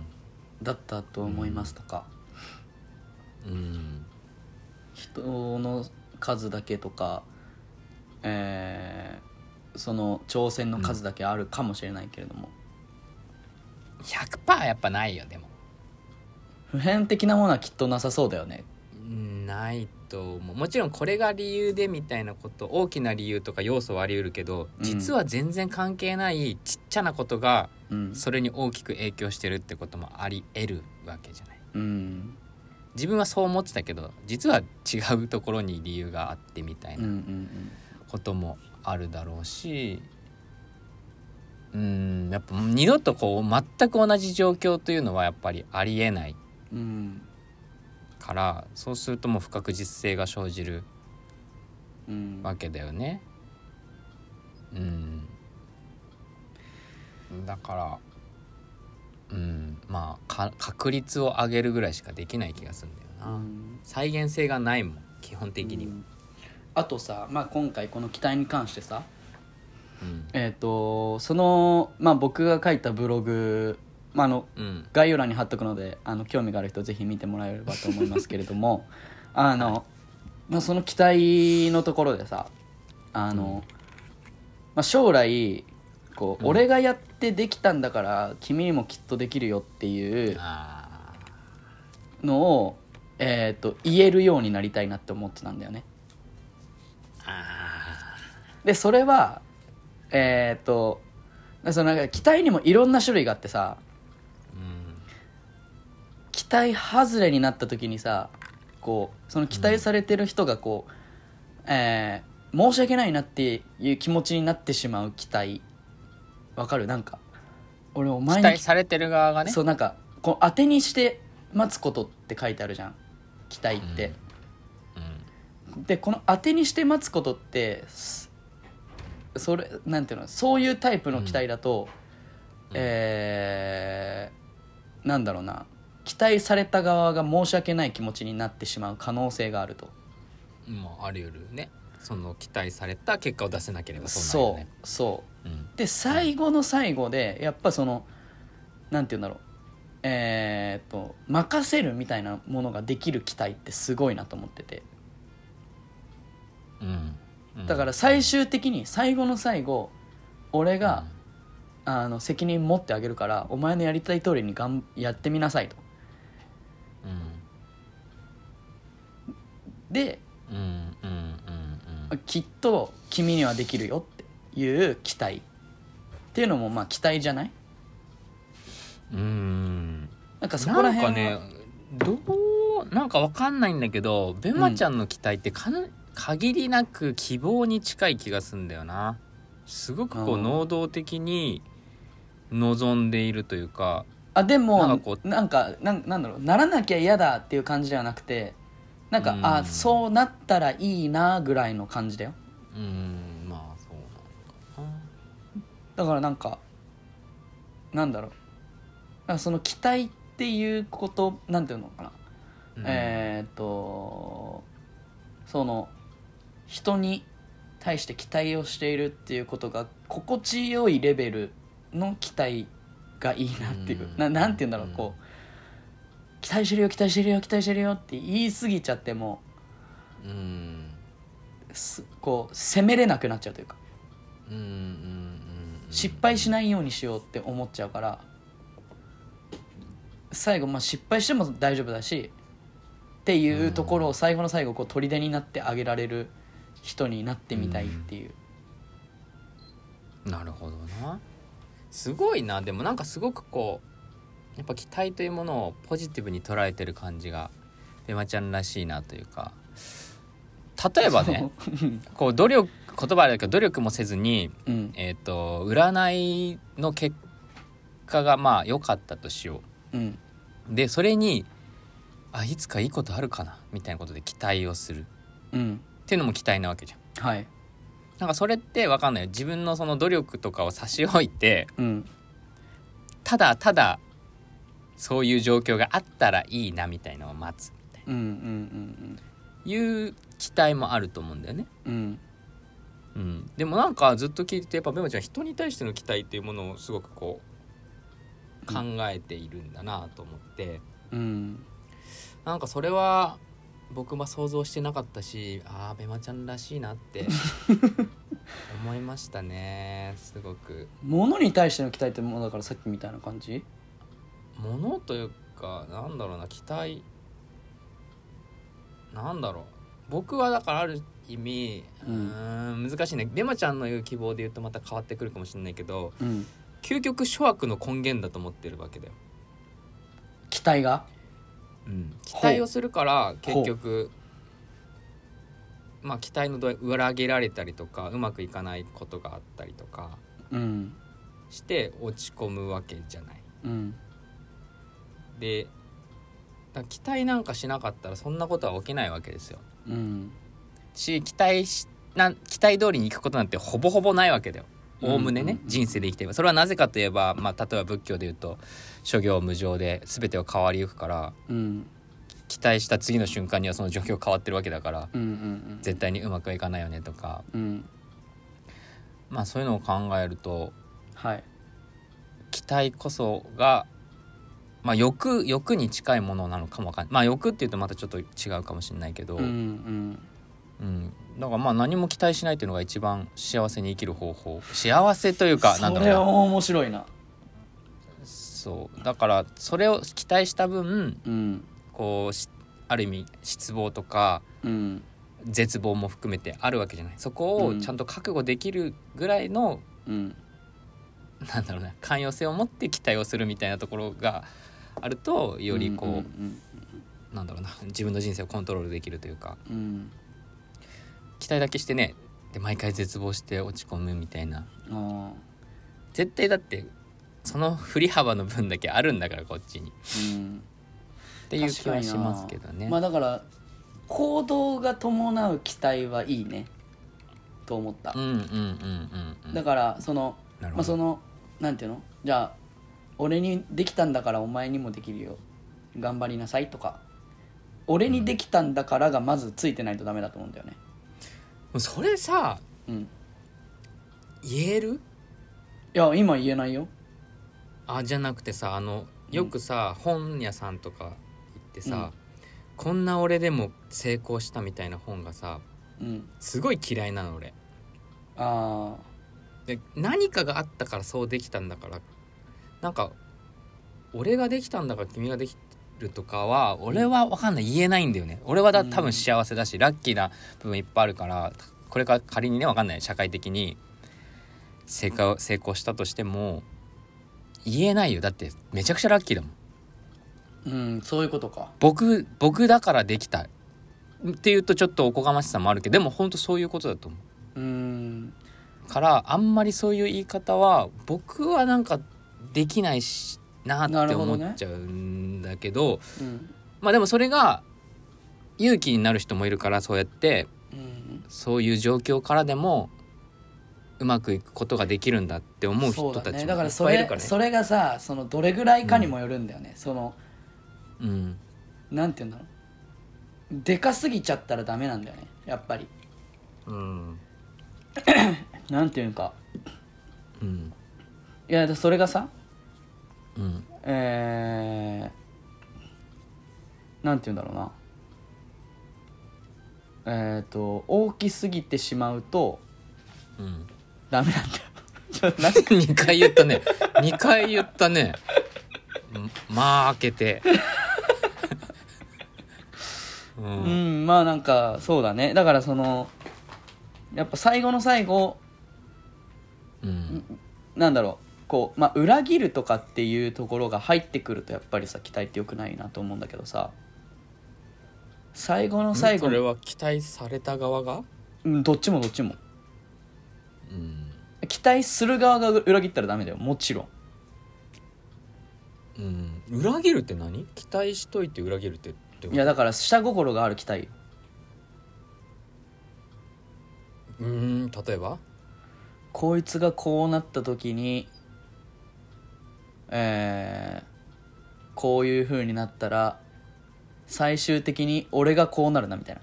[SPEAKER 2] だったと思いますとか、
[SPEAKER 1] うん
[SPEAKER 2] 人の数だけとか、えーその挑戦の数だけあるかもしれないけれども、
[SPEAKER 1] 100%やっぱないよでも
[SPEAKER 2] 普遍的なものはきっとなさそうだよね
[SPEAKER 1] ないと思うもちろんこれが理由でみたいなこと大きな理由とか要素はあり得るけど
[SPEAKER 2] うん
[SPEAKER 1] 実は全然関係ないちっちゃなことが
[SPEAKER 2] うん、
[SPEAKER 1] それに大きく影響してるってこともあり得るわけじゃない
[SPEAKER 2] うん、
[SPEAKER 1] 自分はそう思ってたけど実は違うところに理由があってみたい
[SPEAKER 2] うんうんう
[SPEAKER 1] なんこともあるだろうしうんやっぱ二度とこう全く同じ状況というのはやっぱりありえない
[SPEAKER 2] うん
[SPEAKER 1] からそうするともう不確実性が生じる
[SPEAKER 2] うん
[SPEAKER 1] わけだよねうんだからうんまあか確率を上げるぐらいしかできない気がするんだよな、
[SPEAKER 2] うん
[SPEAKER 1] 再現性がないもん基本的には
[SPEAKER 2] あとさ、まあ、今回この機体に関してさ
[SPEAKER 1] うん
[SPEAKER 2] えっ、とその、まあ、僕が書いたブログ、まあ、あの
[SPEAKER 1] うん
[SPEAKER 2] 概要欄に貼っとくのであの興味がある人ぜひ見てもらえればと思いますけれど <laughs> もあの、まあ、その機体のところでさあの、まあ、将来こう、
[SPEAKER 1] うん
[SPEAKER 2] 俺がやってできたんだから君にもきっとできるよっていう
[SPEAKER 1] ああ
[SPEAKER 2] のを、えー、と言えるようになりたいなって思ってたんだよね。
[SPEAKER 1] あ
[SPEAKER 2] でそれはえっ、とそのなんか機体にもいろんな種類があってさ
[SPEAKER 1] ーうん
[SPEAKER 2] 機体外れになった時にさこうその期待されてる人がこう、えー申し訳ないなっていう気持ちになってしまう期待わかるなんか俺お
[SPEAKER 1] 期
[SPEAKER 2] 前に、
[SPEAKER 1] 待されてる側がね
[SPEAKER 2] そうなんかこう当てにして待つことって書いてあるじゃん期待って、
[SPEAKER 1] うん
[SPEAKER 2] でこの当てにして待つことってすそれなんていうのそういうタイプの期待だと、えーなんだろうな期待された側が申し訳ない気持ちになってしまう可能性があると
[SPEAKER 1] まああり得るねその期待された結果を出せなければそう
[SPEAKER 2] そ
[SPEAKER 1] なるよね
[SPEAKER 2] うそう
[SPEAKER 1] うん
[SPEAKER 2] で最後の最後でやっぱそのなんて言うんだろうえーっと任せるみたいなものができる期待ってすごいなと思ってて
[SPEAKER 1] うんうん
[SPEAKER 2] だから最終的に最後の最後俺が、あの責任持ってあげるからお前のやりたい通りにがんやってみなさいと
[SPEAKER 1] うん
[SPEAKER 2] で
[SPEAKER 1] うんうんうんうん
[SPEAKER 2] きっと君にはできるよっていう期待っていうのもまあ期待じゃない
[SPEAKER 1] うん
[SPEAKER 2] なんかそこ
[SPEAKER 1] な
[SPEAKER 2] ら
[SPEAKER 1] んか
[SPEAKER 2] 辺は
[SPEAKER 1] ねどうなんかわかんないんだけどベマちゃんの期待ってかん限りなく希望に近い気がすんだよなすごくこ
[SPEAKER 2] あ
[SPEAKER 1] う
[SPEAKER 2] ー
[SPEAKER 1] 能動的に望んでいるというか
[SPEAKER 2] あでも
[SPEAKER 1] な
[SPEAKER 2] なんん
[SPEAKER 1] かこ
[SPEAKER 2] かなんなんだろうならなきゃ嫌だっていう感じではなくてなんか、
[SPEAKER 1] うん
[SPEAKER 2] あそうなったらいいなぐらいの感じだよ
[SPEAKER 1] うんまあそうなのか
[SPEAKER 2] だからなんかなんだろうなんかその期待っていうことなんていうのかな
[SPEAKER 1] な、うん
[SPEAKER 2] えーっとその人に対して期待をしているっていうことが心地よいレベルの期待がいいなっていう、
[SPEAKER 1] うん
[SPEAKER 2] ななんて言うんだろう、こう期待してるよ期待してるよ期待してるよって言い過ぎちゃっても
[SPEAKER 1] うん
[SPEAKER 2] すこう責めれなくなっちゃうというか
[SPEAKER 1] うんうんうんうん
[SPEAKER 2] 失敗しないようにしようって思っちゃうから最後まあ失敗しても大丈夫だしっていうところを最後の最後こう砦になってあげられる人になってみたいっていう、
[SPEAKER 1] なるほどなすごいなでもなんかすごくこうやっぱ期待というものをポジティブに捉えてる感じがベマちゃんらしいなというか例えば
[SPEAKER 2] <laughs>
[SPEAKER 1] ねこう努力言葉だけど努力もせずに、
[SPEAKER 2] うん
[SPEAKER 1] えー、と占いの結果がまあ良かったとしよ
[SPEAKER 2] うん
[SPEAKER 1] うでそれにあいつかいいことあるかなみたいなことで期待をする
[SPEAKER 2] うん
[SPEAKER 1] っていうのも期待なわけじゃん。
[SPEAKER 2] はい
[SPEAKER 1] なんかそれって分かんないよ自分のその努力とかを差し置いて
[SPEAKER 2] うん
[SPEAKER 1] ただただそういう状況があったらいいなみたいなのを待つみたい
[SPEAKER 2] うんうんうん
[SPEAKER 1] ないう期待もあると思うんだよね。
[SPEAKER 2] うんうん
[SPEAKER 1] うん、でもなんかずっと聞いててやっぱベマちゃん人に対しての期待っていうものをすごくこう考えているんだなと思って、
[SPEAKER 2] うん
[SPEAKER 1] なんかそれは僕は想像してなかったしああベマちゃんらしいなって
[SPEAKER 2] <laughs>
[SPEAKER 1] 思いましたねすごく。
[SPEAKER 2] 物に対しての期待ってもうだからさっきみたいな感じ
[SPEAKER 1] ものというかなんだろうな期待なんだろう僕はだからある意味う
[SPEAKER 2] うん
[SPEAKER 1] ーん難しいねベマちゃんの言う希望で言うとまた変わってくるかもしれないけど
[SPEAKER 2] うん
[SPEAKER 1] 究極諸悪の根源だと思ってるわけだよ、
[SPEAKER 2] 期待が
[SPEAKER 1] 期待をするから結局まあ期待の度合い裏切られたりとかうまくいかないことがあったりとか
[SPEAKER 2] うん
[SPEAKER 1] して落ち込むわけじゃない。
[SPEAKER 2] うん
[SPEAKER 1] でだから期待なんかしなかったらそんなことは起きないわけですよ。
[SPEAKER 2] うん
[SPEAKER 1] し期待しなん期待通りに行くことなんてほぼほぼないわけだよ。おおむね
[SPEAKER 2] う
[SPEAKER 1] ね
[SPEAKER 2] んうん
[SPEAKER 1] 人生で生きてればそれはなぜかといえば、まあ、例えば仏教で言うと諸行無常で全てを変わりゆくから
[SPEAKER 2] うん
[SPEAKER 1] 期待した次の瞬間にはその状況変わってるわけだから
[SPEAKER 2] うんうん
[SPEAKER 1] 絶対にうまくはいかないよねとか、
[SPEAKER 2] うんうん
[SPEAKER 1] まあ、そういうのを考えると
[SPEAKER 2] はい
[SPEAKER 1] 期待こそが、まあ、欲欲に近いものなのかもわかんない、まあ、欲っていうとまたちょっと違うかもしれないけど、
[SPEAKER 2] うんうん
[SPEAKER 1] うん、だからまあ何も期待しないというのが一番幸せに生きる方法幸せというかなん
[SPEAKER 2] そ
[SPEAKER 1] だ
[SPEAKER 2] れ
[SPEAKER 1] ろ
[SPEAKER 2] は
[SPEAKER 1] うな
[SPEAKER 2] 面白いな
[SPEAKER 1] そうだからそれを期待した分
[SPEAKER 2] うん
[SPEAKER 1] こうしある意味失望とか
[SPEAKER 2] うん
[SPEAKER 1] 絶望も含めてあるわけじゃないそこを
[SPEAKER 2] うん
[SPEAKER 1] ちゃんと覚悟できるぐらいの、
[SPEAKER 2] うん
[SPEAKER 1] なんだろうな寛容性を持って期待をするみたいなところがあるとよりこう、
[SPEAKER 2] うん
[SPEAKER 1] なんだろうな自分の人生をコントロールできるというか
[SPEAKER 2] うんうん
[SPEAKER 1] 期待だけしてねで毎回絶望して落ち込むみたいな
[SPEAKER 2] あ
[SPEAKER 1] 絶対だってその振り幅の分だけあるんだからこっちにっ
[SPEAKER 2] ーうん
[SPEAKER 1] ていう
[SPEAKER 2] 確
[SPEAKER 1] 気
[SPEAKER 2] かにな
[SPEAKER 1] はしますけどね、
[SPEAKER 2] まあだから行動が伴う期待はいいねと思った
[SPEAKER 1] うんうんうんうんうん
[SPEAKER 2] だからその
[SPEAKER 1] なるほど
[SPEAKER 2] まあそのなんていうのじゃあ俺にできたんだからお前にもできるよ頑張りなさいとか俺にできたんだからがまずついてないとダメだと思うんだよね
[SPEAKER 1] もうそれさ
[SPEAKER 2] うんい
[SPEAKER 1] 言える
[SPEAKER 2] や今言えないよ
[SPEAKER 1] あじゃなくてさあのよくさ、本屋さんとか行ってさ、こんな俺でも成功したみたいな本がさ
[SPEAKER 2] うん
[SPEAKER 1] すごい嫌いなの俺
[SPEAKER 2] あ
[SPEAKER 1] で何かがあったからそうできたんだからなんか俺ができたんだから君ができるとかは俺は分かんない言えないんだよね俺はだ
[SPEAKER 2] うん
[SPEAKER 1] 多分幸せだし、ラッキーな部分いっぱいあるからこれから仮にね分かんない社会的に成功成功したとしても言えないよだってめちゃくちゃラッキーだもん
[SPEAKER 2] ーうんそういうことか
[SPEAKER 1] 僕僕だからできたっていうとちょっとおこがましさもあるけどでも本当そういうことだと思う
[SPEAKER 2] うーん
[SPEAKER 1] からあんまりそういう言い方は僕はなんかできないしな
[SPEAKER 2] な
[SPEAKER 1] って
[SPEAKER 2] るほどね
[SPEAKER 1] 思っちゃうんだけど
[SPEAKER 2] うん
[SPEAKER 1] まあでもそれが勇気になる人もいるからそうやって
[SPEAKER 2] うん
[SPEAKER 1] そういう状況からでもうまくいくことができるんだって思う
[SPEAKER 2] そ
[SPEAKER 1] 人
[SPEAKER 2] うだ
[SPEAKER 1] たちもい
[SPEAKER 2] ね
[SPEAKER 1] っ
[SPEAKER 2] だからそ
[SPEAKER 1] ぱいいる
[SPEAKER 2] れ
[SPEAKER 1] からね。
[SPEAKER 2] それがさそのどれぐらいかにもよるんだよね、その
[SPEAKER 1] うん
[SPEAKER 2] なんて言うんだろうでかすぎちゃったらダメなんだよねやっぱり
[SPEAKER 1] うん
[SPEAKER 2] なんていうんか
[SPEAKER 1] うん
[SPEAKER 2] いやそれがさ
[SPEAKER 1] うん
[SPEAKER 2] えー、なんて言うんだろうなえっ、と大きすぎてしまうと
[SPEAKER 1] うん
[SPEAKER 2] ダメなんだよ <laughs> ちょっとなんか
[SPEAKER 1] 2回言ったね2回言ったねんまあ開けてう
[SPEAKER 2] うんんまあなんかそうだねだからそのやっぱ最後の最後
[SPEAKER 1] うん
[SPEAKER 2] なんだろうこう、まあ、裏切るとかっていうところが入ってくるとやっぱりさ期待ってよくないなと思うんだけどさ最後の最後
[SPEAKER 1] それは期待された側が
[SPEAKER 2] うんどっちもどっちも
[SPEAKER 1] うん
[SPEAKER 2] 期待する側が裏切ったらダメだよもちろん
[SPEAKER 1] うん裏切るって何期待しといて裏切るってってこと
[SPEAKER 2] いやだから下心がある期待
[SPEAKER 1] うーん例えば
[SPEAKER 2] こいつがこうなった時にえー、こういう風になったら最終的に俺がこうなるなみたい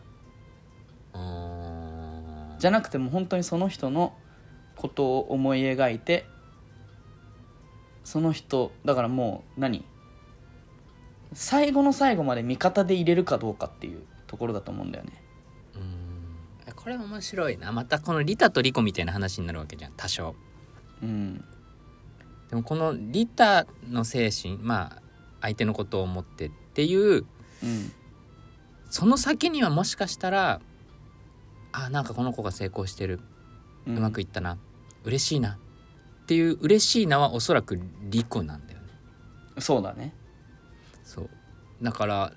[SPEAKER 2] な
[SPEAKER 1] うーん
[SPEAKER 2] じゃなくてもう本当にその人のことを思い描いてその人だからもう何最後の最後まで味方で入れるかどうかっていうところだと思うんだよね
[SPEAKER 1] うんこれ面白いなまたこのリタとリコみたいな話になるわけじゃん多少
[SPEAKER 2] うん
[SPEAKER 1] でもこのリタの精神まあ相手のことを思ってっていう
[SPEAKER 2] うん
[SPEAKER 1] その先にはもしかしたらあなんかこの子が成功してる
[SPEAKER 2] う
[SPEAKER 1] うんまくいったな、嬉しいなっていう嬉しいなはおそらくリコなんだよね
[SPEAKER 2] そうだね
[SPEAKER 1] そうだから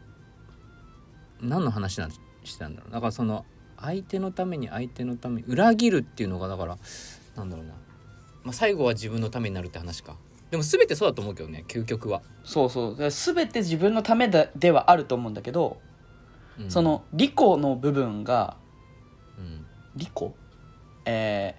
[SPEAKER 1] 何の話なんしてたんだろうだからその相手のために相手のために裏切るっていうのがだからなんだろうな、まあ、最後は自分のためになるって話かでも全てそうだと思うけどね究極は、
[SPEAKER 2] そうそうだから全て自分のためだではあると思うんだけど、
[SPEAKER 1] うん
[SPEAKER 2] そ、の利己の部分が
[SPEAKER 1] うん、
[SPEAKER 2] 利己え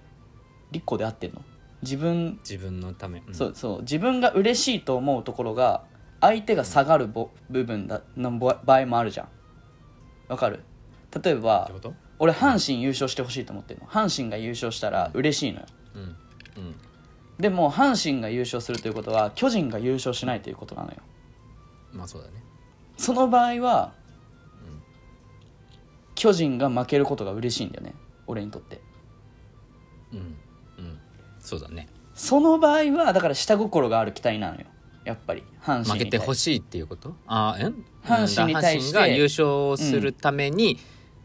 [SPEAKER 2] ー、利己で合ってんの自分
[SPEAKER 1] 自分のため、うん
[SPEAKER 2] そうそう自分が嬉しいと思うところが相手が下がるぼ部分だのぼ場合もあるじゃんわかる例え
[SPEAKER 1] っ
[SPEAKER 2] ば
[SPEAKER 1] てこと
[SPEAKER 2] 俺阪神優勝してほしいと思ってるの阪神が優勝したら嬉しいのよ
[SPEAKER 1] うんうん
[SPEAKER 2] でも阪神が優勝するということは巨人が優勝しないということなのよ
[SPEAKER 1] まあそうだね
[SPEAKER 2] その場合は巨人が負けることが嬉しいんだよね俺にとって
[SPEAKER 1] うんうんそうだね
[SPEAKER 2] その場合はだから下心がある期待なのよやっぱり阪神
[SPEAKER 1] 負けてほ
[SPEAKER 2] しい
[SPEAKER 1] しいっていうことあえん
[SPEAKER 2] 阪神に対し
[SPEAKER 1] 阪神
[SPEAKER 2] て
[SPEAKER 1] が優勝するために、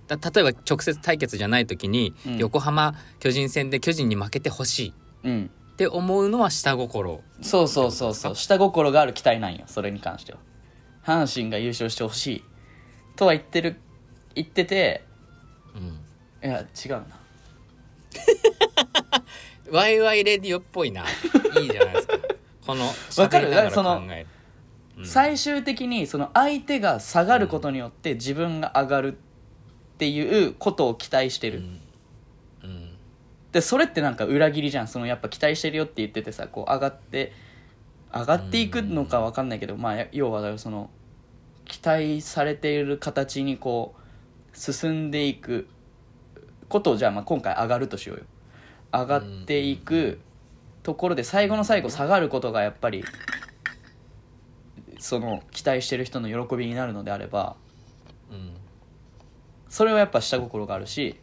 [SPEAKER 1] だ例えば直接対決じゃない時に、
[SPEAKER 2] うん
[SPEAKER 1] 横浜巨人戦で巨人に負けてほしい
[SPEAKER 2] うん
[SPEAKER 1] って思うのは下心
[SPEAKER 2] そうそうそうそう下心がある期待なんよそれに関しては阪神が優勝してほしいとは言ってる言ってて
[SPEAKER 1] うん
[SPEAKER 2] いや違うな
[SPEAKER 1] ワイワイレディオっぽいないいじゃないですかこの
[SPEAKER 2] わか
[SPEAKER 1] 喋
[SPEAKER 2] る
[SPEAKER 1] りながら
[SPEAKER 2] その
[SPEAKER 1] 考えるうん
[SPEAKER 2] 最終的にその相手が下がることによって自分が上がるっていうことを期待してる、
[SPEAKER 1] うん
[SPEAKER 2] でそれってなんか裏切りじゃんそのやっぱ期待してるよって言っててさこう上がって上がっていくのか分かんないけど、まあ要はその期待されている形にこう進んでいくことをじゃあまあ今回上がるとしようよ上がっていくところで最後の最後下がることがやっぱりその期待してる人の喜びになるのであれば
[SPEAKER 1] うん
[SPEAKER 2] それはやっぱ下心があるし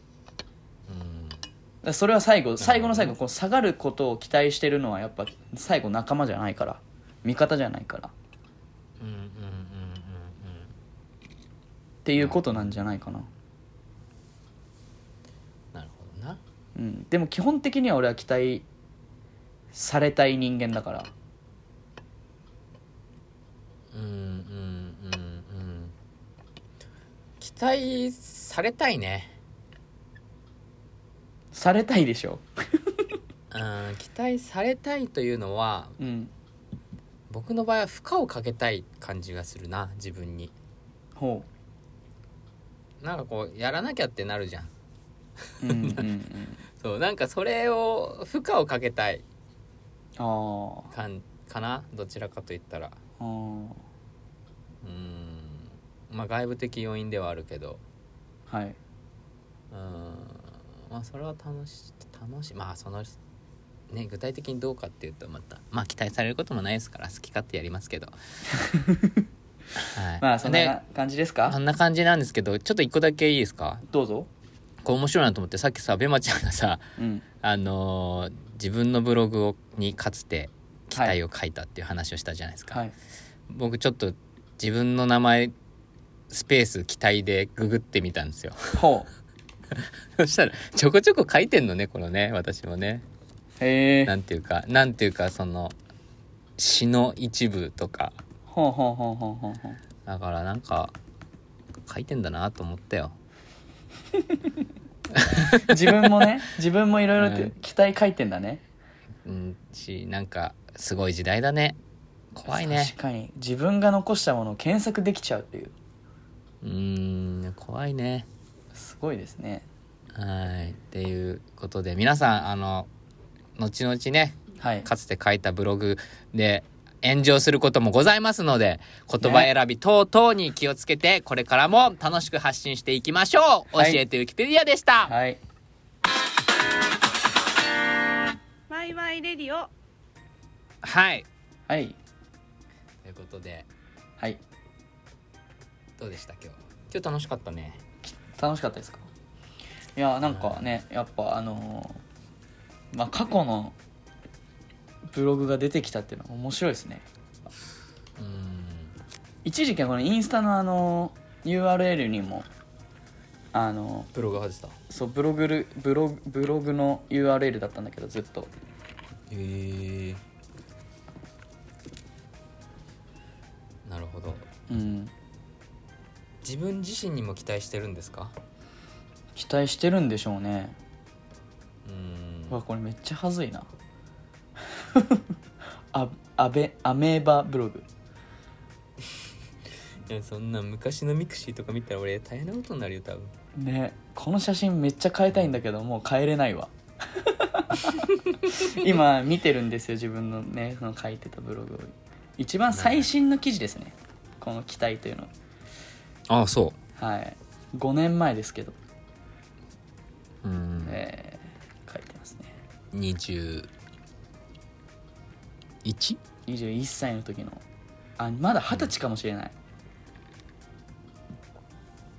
[SPEAKER 1] うん
[SPEAKER 2] だからそれは最後最後の最後こう下がることを期待してるのはやっぱ最後仲間じゃないから味方じゃないからっ
[SPEAKER 1] うんうんうんうんうん
[SPEAKER 2] ていうことなんじゃないかな、
[SPEAKER 1] なるほどな
[SPEAKER 2] うん、でも基本的には俺は期待されたい人間だから
[SPEAKER 1] うんうんうんうん期待されたいね
[SPEAKER 2] されたいでしょ
[SPEAKER 1] うん期待されたいというのは
[SPEAKER 2] うん
[SPEAKER 1] 僕の場合は負荷をかけたい感じがするな自分に
[SPEAKER 2] ほ
[SPEAKER 1] なんかこうやらなきゃってなるじゃん
[SPEAKER 2] ううんうん
[SPEAKER 1] <laughs>
[SPEAKER 2] うん
[SPEAKER 1] そうなんかそれを負荷をかけたい
[SPEAKER 2] あー
[SPEAKER 1] かんかなどちらかと言ったら
[SPEAKER 2] あー
[SPEAKER 1] うんまあ外部的要因ではあるけど
[SPEAKER 2] はい
[SPEAKER 1] うんまあそれは楽し楽しいまあそのね具体的にどうかっていうとまたまあ期待されることもないですから好き勝手やります
[SPEAKER 2] <laughs>
[SPEAKER 1] けどはい
[SPEAKER 2] まあそん
[SPEAKER 1] で
[SPEAKER 2] な感じです
[SPEAKER 1] こ
[SPEAKER 2] か
[SPEAKER 1] んな感じなんですけどちょっと一個だけいいですか
[SPEAKER 2] どうぞ
[SPEAKER 1] これ面白いなと思ってさっきさベマちゃんがさ
[SPEAKER 2] うん
[SPEAKER 1] あのー自分のブログをにかつて期待を書いたっていう話をしたじゃないですか、
[SPEAKER 2] はい
[SPEAKER 1] 僕ちょっと自分の名前スペース期待でググってみたんですよ
[SPEAKER 2] ほ
[SPEAKER 1] そしたらちょこちょこ書いてんのねこのね私もね
[SPEAKER 2] うへえ
[SPEAKER 1] なんていうかなんていうかその詩の一部とか
[SPEAKER 2] ほうほうほうほうほうほう
[SPEAKER 1] だからなんか書いてんだなと思ったよ
[SPEAKER 2] 自分
[SPEAKER 1] <laughs>
[SPEAKER 2] もね自分もいろいろ
[SPEAKER 1] うん
[SPEAKER 2] 期待書いてんだね
[SPEAKER 1] うんしなんかすごい時代だね怖いね
[SPEAKER 2] 確かに自分が残したものを検索できちゃうっていう
[SPEAKER 1] うーん怖いね
[SPEAKER 2] すごいですね
[SPEAKER 1] はいっていうことで皆さんあの後々ね
[SPEAKER 2] はい
[SPEAKER 1] かつて書いたブログで炎上することもございますので言葉選び等々に気をつけてこれからも楽しく発信していきましょう、
[SPEAKER 2] はい
[SPEAKER 1] 教えてウィキペディアでした、
[SPEAKER 2] はい
[SPEAKER 4] ワイワイレディオ
[SPEAKER 1] はい
[SPEAKER 2] はい
[SPEAKER 1] ということで
[SPEAKER 2] はい
[SPEAKER 1] どうでした今日今日楽しかったね
[SPEAKER 2] 楽しかったですかいやなんかねやっぱあのーまあ過去のブログが出てきたっていうのは面白いですね
[SPEAKER 1] うーん
[SPEAKER 2] 一時期はこのインスタのあの URL にもあの
[SPEAKER 1] ブログ外したへ
[SPEAKER 2] そうブログルブログブログの URL だったんだけどずっと
[SPEAKER 1] えなるほど
[SPEAKER 2] うん
[SPEAKER 1] 自分自身にも期待してるんですか
[SPEAKER 2] 期待してるんでしょうね
[SPEAKER 1] うーん
[SPEAKER 2] うわこれめっちゃはずいな <laughs> あアベアメーバブログ
[SPEAKER 1] いやそんな昔のミクシーとか見たら俺大変なことになるよ多分
[SPEAKER 2] ねこの写真めっちゃ変えたいんだけどもう変えれないわ <laughs> 今見てるんですよ自分のねその書いてたブログを一番最新の記事ですねこの期待というの
[SPEAKER 1] ああそ
[SPEAKER 2] はい5年前ですけど、
[SPEAKER 1] ううん
[SPEAKER 2] えー書いてますね
[SPEAKER 1] 21?
[SPEAKER 2] 21歳の時のあまだ二十歳かもしれない、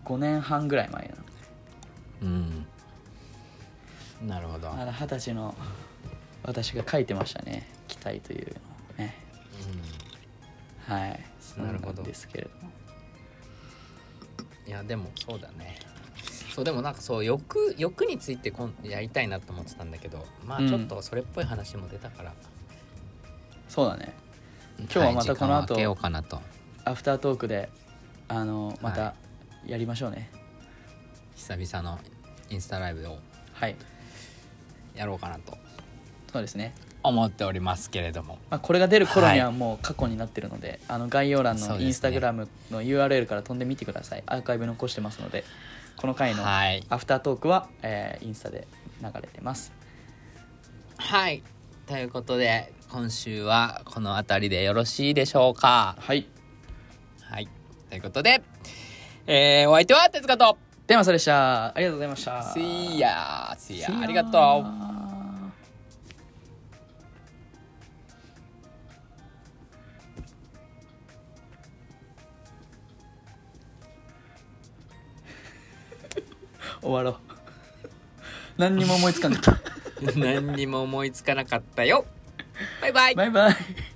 [SPEAKER 2] 5年半ぐらい前な
[SPEAKER 1] うんなるほど、
[SPEAKER 2] まだ二十歳の私が書いてましたね期待というのをねはいそう
[SPEAKER 1] なるほど
[SPEAKER 2] んですけれども
[SPEAKER 1] いやでもそうだねそうでもなんかそう欲欲についてこんやりたいなと思ってたんだけどまあ
[SPEAKER 2] うん
[SPEAKER 1] ちょっとそれっぽい話も出たから、
[SPEAKER 2] そうだね今日はまたこの
[SPEAKER 1] い時間を
[SPEAKER 2] 後
[SPEAKER 1] 空けようかなと
[SPEAKER 2] アフタートークであのま
[SPEAKER 1] は
[SPEAKER 2] たやりましょうね
[SPEAKER 1] 久々のインスタライブを
[SPEAKER 2] はい、
[SPEAKER 1] やろうかなと
[SPEAKER 2] そうですね、
[SPEAKER 1] 思っておりますけれども
[SPEAKER 2] まあ、これが出る頃にはもう過去になってるので、あの概要欄
[SPEAKER 1] そう
[SPEAKER 2] の
[SPEAKER 1] ですね
[SPEAKER 2] インスタグラムの URL から飛んでみてくださいアーカイブ残してますのでこの回のア
[SPEAKER 1] はい
[SPEAKER 2] フタートークは、えーインスタで流れてます
[SPEAKER 1] はいということで今週はこの辺りでよろしいでしょうか
[SPEAKER 2] はい
[SPEAKER 1] はい。ということで、えー、お相手は手塚と、
[SPEAKER 2] テーマそれでしたありがとうございました
[SPEAKER 1] See ya! See
[SPEAKER 2] See
[SPEAKER 1] ya!
[SPEAKER 2] ya
[SPEAKER 1] ありがとう
[SPEAKER 2] <laughs> 終わろう <laughs> 何
[SPEAKER 1] <laughs>
[SPEAKER 2] にも思いつかなかった
[SPEAKER 1] 何にも思いつかなかったよバイバイ
[SPEAKER 2] バイバイ